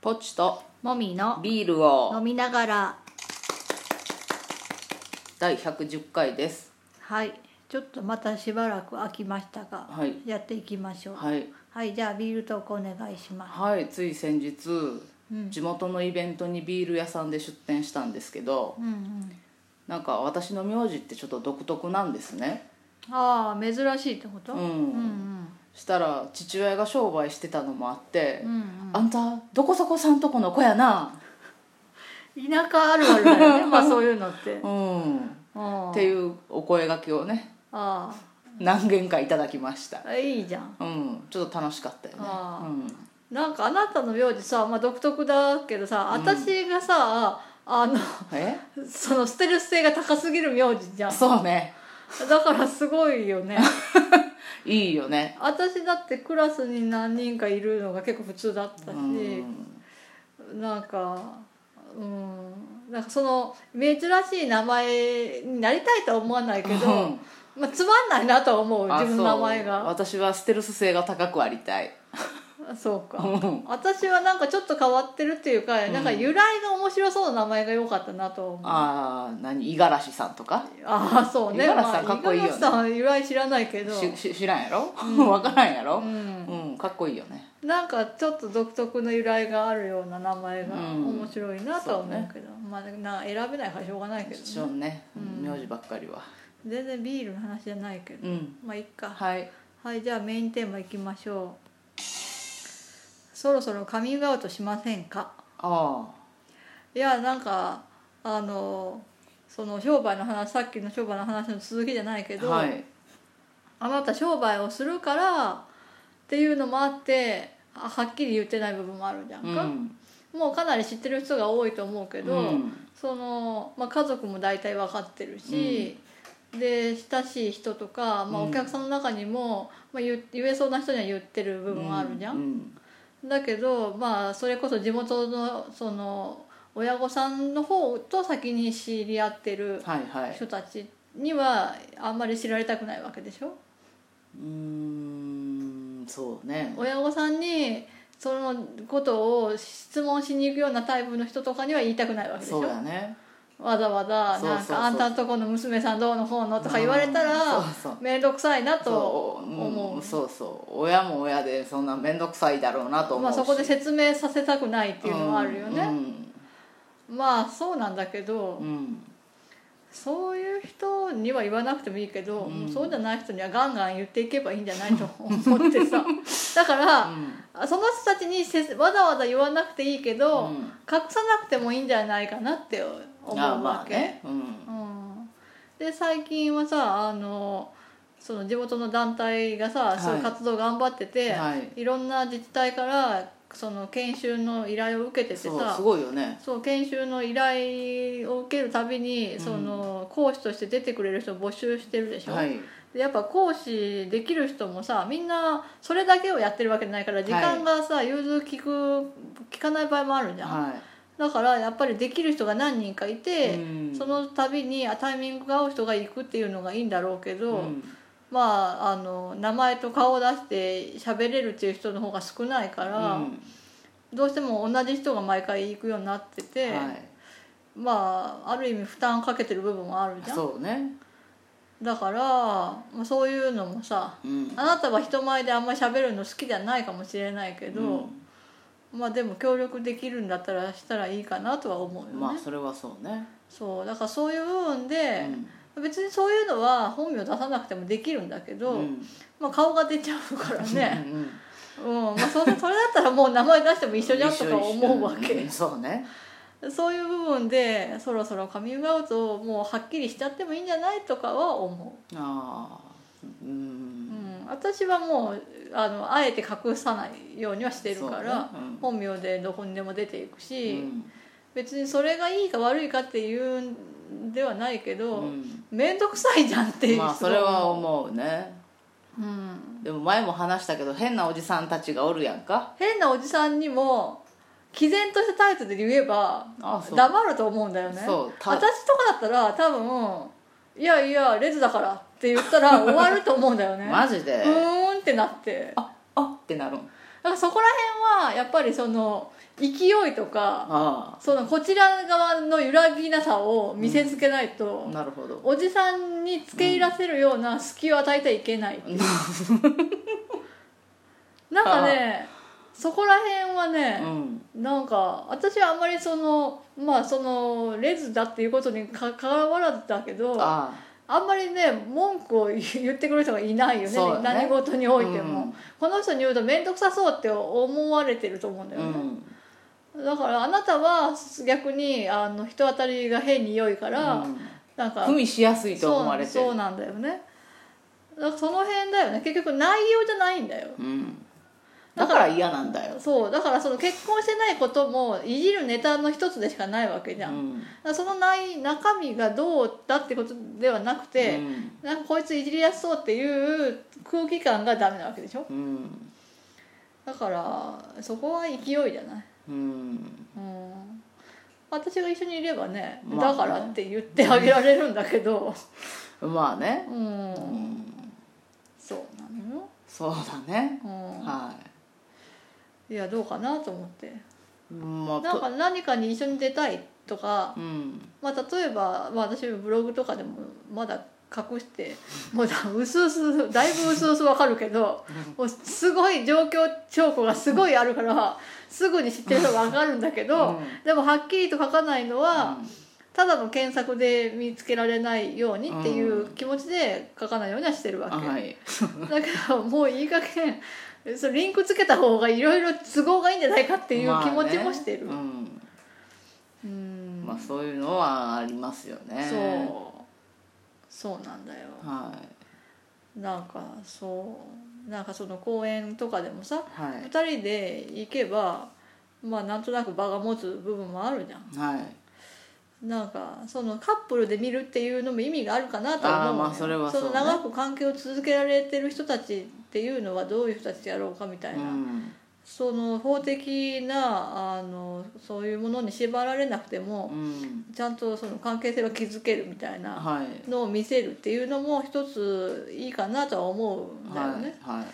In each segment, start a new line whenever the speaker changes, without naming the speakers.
ポチと
もみの
ビールを
飲みながら
第110回です
はいちょっとまたしばらく空きましたが、
はい
やっていきましょうはい、
はい
じゃあビールトークお願いします
はいつい先日、地元のイベントにビール屋さんで出店したんですけど
うんうん
なんか私の名字ってちょっと独特なんですね
ああ珍しいってこと、
うん、
うん
したら父親が商売してたのもあって、
うんうん
あんたどこそこさんとこの子やな
うん田舎あるあるだよ ねまあそういうのって
うん
あ
っていうお声がけをね
あ
何件かいただきました
あいいじゃん
うんちょっと楽しかったよね
あー
うん
なんかあなたの名字さ、まあ、独特だけどさ私がさ、あの
え
そのステルス性が高すぎる名字じゃん
そうね
だからすごいよね
いいよね
私だってクラスに何人かいるのが結構普通だった
う
し、
ん
なんかうんなんかその珍しい名前になりたいとは思わないけど、
うん
まあ、つまんないなとは思う
あ
自分の名前
そう
が
私はステルス性が高くありたい
あそうか
うん
私はなんかちょっと変わってるっていうか、
うん
なんか由来が面白そうな名前が良かったなとは思うあ
ああ何五十嵐さんとか
あーそうね
五十嵐さんかっこいいよね
まあ五十嵐さん由来知らないけど
しし知らんやろ、 分からんやろ
う、ん
うんかっこいいよね
なんかちょっと独特の由来があるような名前が
うん
面白いなとは思
そうね
うけど、まあな選べないからしょうがないけ
一
ど、
応
ね、
ね、
うん
名字ばっかりは
全然ビールの話じゃないけど、
うん
まあいっかはい、
はい
じゃあメインテーマいきましょうそろそろカミングアウトしませんか
あ
いやなんかあのその商売の話さっきの商売の話の続きじゃないけ
あ
ど、
はい
あなた商売をするからっていうのもあってあはっきり言ってない部分もあるじゃんか、
うん
もうかなり知ってる人が多いと思うけど、
うん
その、まあ、家族も大体分かってるし、で親しい人とか、まあ、
うん
お客さんの中にも、まあ、言言えそうな人には言ってる部分はあるじゃん、
うん
だけど、まあ、それこそ地元のその親御さんの方と先に知り合ってる
はいはい
人たちにはあんまり知られたくないわけでしょ
うーんそうね
親御さんにそのことを質問しに行くようなタイプの人とかには言いたくないわけでしょ
そうやね
わざわざ
そう
な
そ
ん
うそう
かあんたんとこの娘さんどうのこうのとか言われたら
うんそうそう
面倒くさいなと
そう
思
ん
う
そうそう親も親でそんな面倒くさいだろうなと思うし、
まあそこで
っ
説明させたくないっていうのはあるよね、まあそうなんだけど、
うんうん
そういう人には言わなくてもいいけど、
うん
そうじゃない人にはガンガン言っていけばいいんじゃないと思ってさだから、その人たちにせわざわざ言わなくていいけ
う
ど、
ん
隠さなくてもいいんじゃないかなって思う
ああま
わ
あ
け、
ねうん
うんで最近はさあのその地元の団体がさ、
い
そういう活動頑張ってて、
はい
い、ろんな自治体からその研修の依頼を受けてて
そう
さ
すごいよね
そう研修の依頼を受けるたび
う
に、
ん
その講師として出てくれる人を募集してるでしょ、
はい
でやっぱ講師できる人もさみんなそれだけをやってるわけじゃないから時間がさ、融通きく聞かない場合もあるじゃん、
は
だからやっぱりできる人が何人かい
い
て、
うん
その度にあタイミングが合う人が行くっていうのがいいんだろうけど、
うん
まああの名前と顔を出して喋れるっていう人の方が少ないから、
うん
どうしても同じ人が毎回行くようになってて、
はい
まあある意味負担かけてる部分はあるじゃん
そうね
だから、まあ、そういうのもさ
うん
あなたは人前であんまり喋るの好きじゃないかもしれないけど、まあでも協力できるんだったらしたらいいかなとは思うよね、
まあそれはそうね
そうだからそういう部分で、
うん
別にそういうのは本名出さなくてもできるんだけど、
うん
まあ、顔が出ちゃうからね、
うんうん
うんまあ、それそれだったらもう名前出しても 一緒じゃんとか思うわ
一緒一緒
け
んそうね
そういう部分でそろそろカミングアウトをもうはっきりしちゃってもいいんじゃないとかは思
ああう
う、うんん、私はもうあのあえて隠さないようにはしてるから、
そうねうん
本名でどこにでも出ていくし、
うん
別にそれがいいか悪いかっていうんではないけど
うん
面倒、くさいじゃんっていう
まあそれは思うね
うん、
でも前も話したけど変なおじさんたちがおるやんか
変なおじさんにも毅然としたタイトルで言えば
あそう
黙ると思うんだよね
そう
私と
た
かだったら多分「いやいやレズだから」って言った ら終わると思うんだよね
マジで
うーんってなって
ああってなるん
だからそこら辺はやっぱりその勢いとか
あ
そのこちら側の揺らぎなさを見せつけないと、
あなるほど
おじさんに付け入らせるような隙を与えてはいけないっていう なんかねそこら辺は
う
ね、
ん
なんか私はあんまりそのまあそのレズだっていうことにかかわらずだけどあ
あ
んまりね文句を言ってくる人がいないよね
そうだね
何事においても、
うん
この人に言うと面倒くさそうって思われてると思うんだ
あ
よ
う
ね、
ん
だからあなたは逆にあの人当たりが変に良いから、
うん
なんか
踏みしやすいと
そう
思われてる
そうなんだよねだからその辺だよね結局内容じゃないんだよ
うんだから嫌なんだよ
そうだからその結婚してないこともいじるネタの一つでしかないわけじゃん、
う
だ
ん
からその内中身がどうだってことではなく
う
て、
ん
なんかこいついじりやすそうっていう空気感がダメなわけでしょ
うん
だからそこは勢いじゃない
うん
うん私が一緒にいればね、
まあね
だからって言ってあげられるんだけど
まあね
うん、
うん
そうなのよ、
そうだね
うん
はい
やどうかなと思って
いまあ
なん
と
か何かに一緒に出たいとか、
うん
まあ、例えば、まあ、私ブログとかでもまだ隠してもうだうすうすだいぶうすうすわかるけどもうすごい状況証拠がすごいあるからすぐに知ってる人がわかるんだけど、
うん
でもはっきりと書かないのは、
うん
ただの検索で見つけられないようにっていう気持ちで書かないようにはしてるわけ、
はい
だからもういい加減そのリンクつけた方がいろいろ都合がいいんじゃないかっていう気持ちもしてる、
まあね
う
うんんまあそういうのはありますよね
そうそうなんだよ
はい
なんかそうなんかその公演とかでもさ
は
2人で行けばまあなんとなく場が持つ部分もあるじゃん
いはい
なんかそのカップルで見るっていうのも意味があるかなとは思うのよ
あーまあそれはそうね
の長く関係を続けられてる人たちっていうのはどういう人たちやろうかみたいな、
うん
その法的なあのそういうものに縛られなくても
うん
ちゃんとその関係性は築けるみたいな
はい
のを見せるっていうのも一ついいかなとは思うんだよ
はい
ね、
はい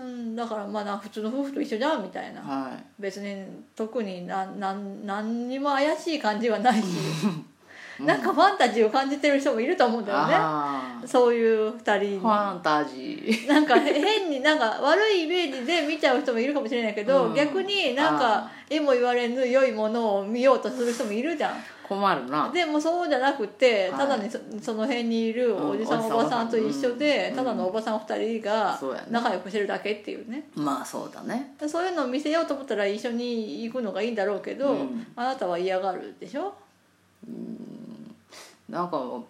うん、だからまあな普通の夫婦と一緒じゃんみたいな
はい
別に特にななん何にも怪しい感じ はないし、なんかファンタジーを感じてる人もいると思うんだよね
あ
そういう二人
ー
に
ファンタジ
なんか変になんか悪いイメージで見ちゃう人もいるかもしれないけど、
うん
逆になん
あ
か絵も言われぬ良いものを見ようとする人もいるじゃ
ー
ん
困るな
でもそうじゃなくて
はい
ただにそその辺にいるおじさん、
うん
おばさんと一緒で、
うん
ただのおばさん2人が
そうやね
仲良くしてるだけっていうね
まあそうだね
そういうのを見せようと思ったら一緒に行くのがいいんだろうけど、
うん
あなたは嫌がるでしょ
なんかうー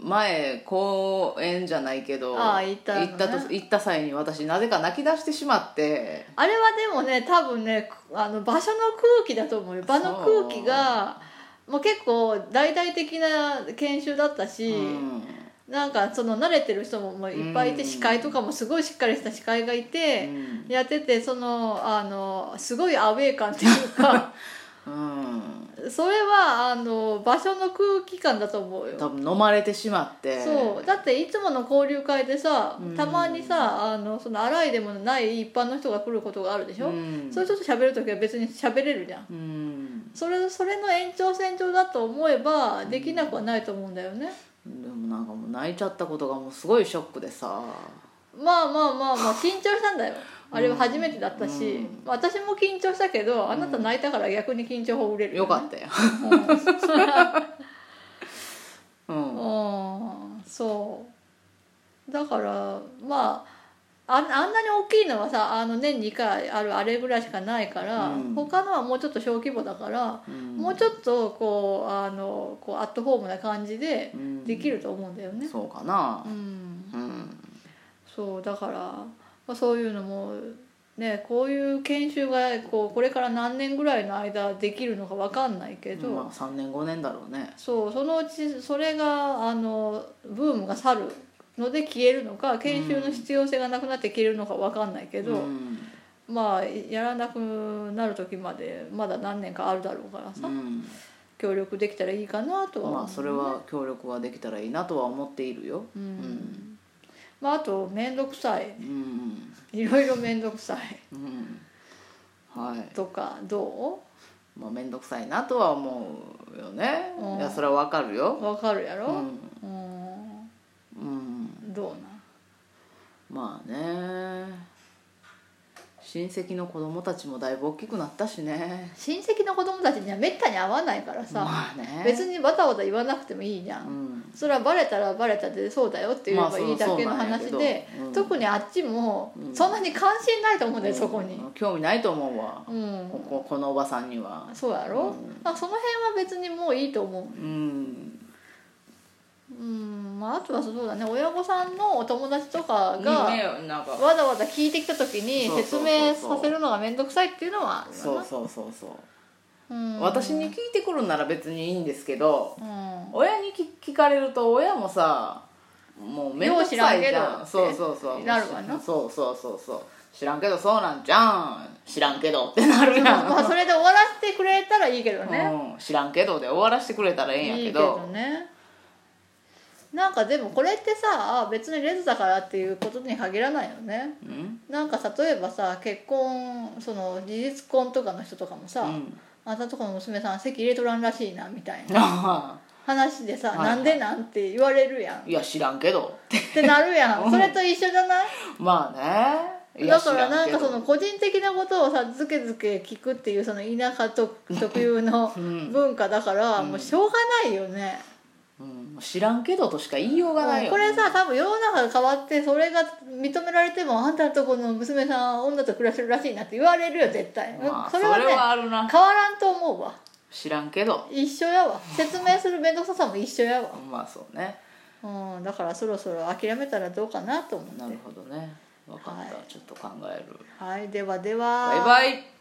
前公園じゃないけど
あー行ったのね
行ったと行った際に私なぜか泣き出してしまって
あれはでもね多分ねあの場所の空気だと思うよ場の空気がもう結構大々的な研修だったし、
うん
なんかその慣れてる人ももういっぱいいて、
うん
司会とかもすごいしっかりした司会がいて、やっててそのあのすごいアウェー感っていう か
うん
それはあの場所の空気感だと思うよ
多分飲まれてしまって
そうだっていつもの交流会でさ
うん
たまにさあのその荒いでもない一般の人が来ることがあるでしょ、
ん
それちょっと喋る時は別に喋れるじゃん
うん
それそれの延長線上だと思えばできなくはないと思うんだよね、
でもなんかもう泣いちゃったことがもうすごいショックでさ
まあまあまあまあ緊張したんだよあれは初めてだったし、
うん
私も緊張したけどあなた泣いたから逆に緊張ほぐれる
よかったたよ
う
うん
んそうだからまああんあんなに大きいのはさあの年2回あるあれぐらいしかないから、
うん
他のはもうちょっと小規模だから、
うん
もうちょっとこうあのこうアットホームな感じで
うん
できると思うんだよね。
そうかな
うん
うん
そうだから、まあ、そういうのも、ね、こういう研修がこうこれから何年ぐらいの間できるのか分かんないけど、
まあ3年5年だろうね
そうそのうちそれがあのブームが去るので消えるのか研修の必要性がなくなって消えるのか分かんないけど、
うん
まあやらなくなる時までまだ何年かあるだろうからさ、
うん
協力できたらいいかなとは思う
まあそれは協力はできたらいいなとは思っているよ
う
うん
んまあ、あと面倒くさい
うん
いろいろ面倒くさい。
うんはい
とかど
まあ、面倒くさいなとは思うよね
うん
いやそれはわかる
う
よ
わかるや
う
ろ、
ん、
うん、
うん、
どうなん
まあね親戚の子供たちもだいぶ大きくなったしね
親戚の子供たちにはめったに会わないからさ、
まあね
別にわざわざ言わなくてもいいじゃん、
うん
それはバレたらバレたでそうだよって言えばいいだけの話で、特
に
にあっちも
うん
そんなに関心ないと思うんだよ、そこに
興味ないと思うわ、
うん
こここのおばさんには
そうやろ、
うん
まあ、その辺は別にもういいと思
うん
ううんまああとはそうだね親御さんのお友達とか
い
が
いねなんか
わざわざ聞いてきた時に
そうそ
説
うそうそう
明させるのが面倒くさいっていうのはある
そ
よ
うそうそうそう、
なうん
私に聞いてくるんなら別にいいんですけど
うん
親に聞聞かれると親もさもう面倒くさいじ
よう知ら
ゃ
んけど
んそうそうそう
なるわな
そうそうそうそう知らんけどそうなんじゃん知らんけどってなるやん、
まあそれで終わらせてくれたらいいけどね、
うん、知らんけどで終わらせてくれたらええんや
いい
け
け
ど
どねなんかでもこれってさ別にレズだからっていうことに限らないよね
うん
なんか例えばさ結婚その事実婚とかの人とかもさ、
うん
あんたとこの娘さん席入れとらんらしいなみたいな
あ
話でさ、
はいはい
なんでなんて言われるやん
あいや知らんけどって
ってな るやんそれと一緒じゃない
まあねいや
だからなんかその
知
個人的なことをさずけずけ聞くっていうその田舎と特有の
うん
文化だから、もうしょうがないよね、
らんけど、うん、知らんけどとしか言いようがないよ、ね、
これさ多分世の中が変わってそれが認められてもあんたのとこの娘さんは女と暮らしてるらしいなって言われるよ絶対、
まあ、
そ
それ
れはね
はあるな
変わらんと思うわ
知らんけど
一緒やわ説明する面倒くささも一緒やわ
まあそうね
うん、だからそろそろ諦めたらどうかなと思
な
っ
る
て
ほどね分かった、
はい
ちょっと考える
はいではでは
バイバイ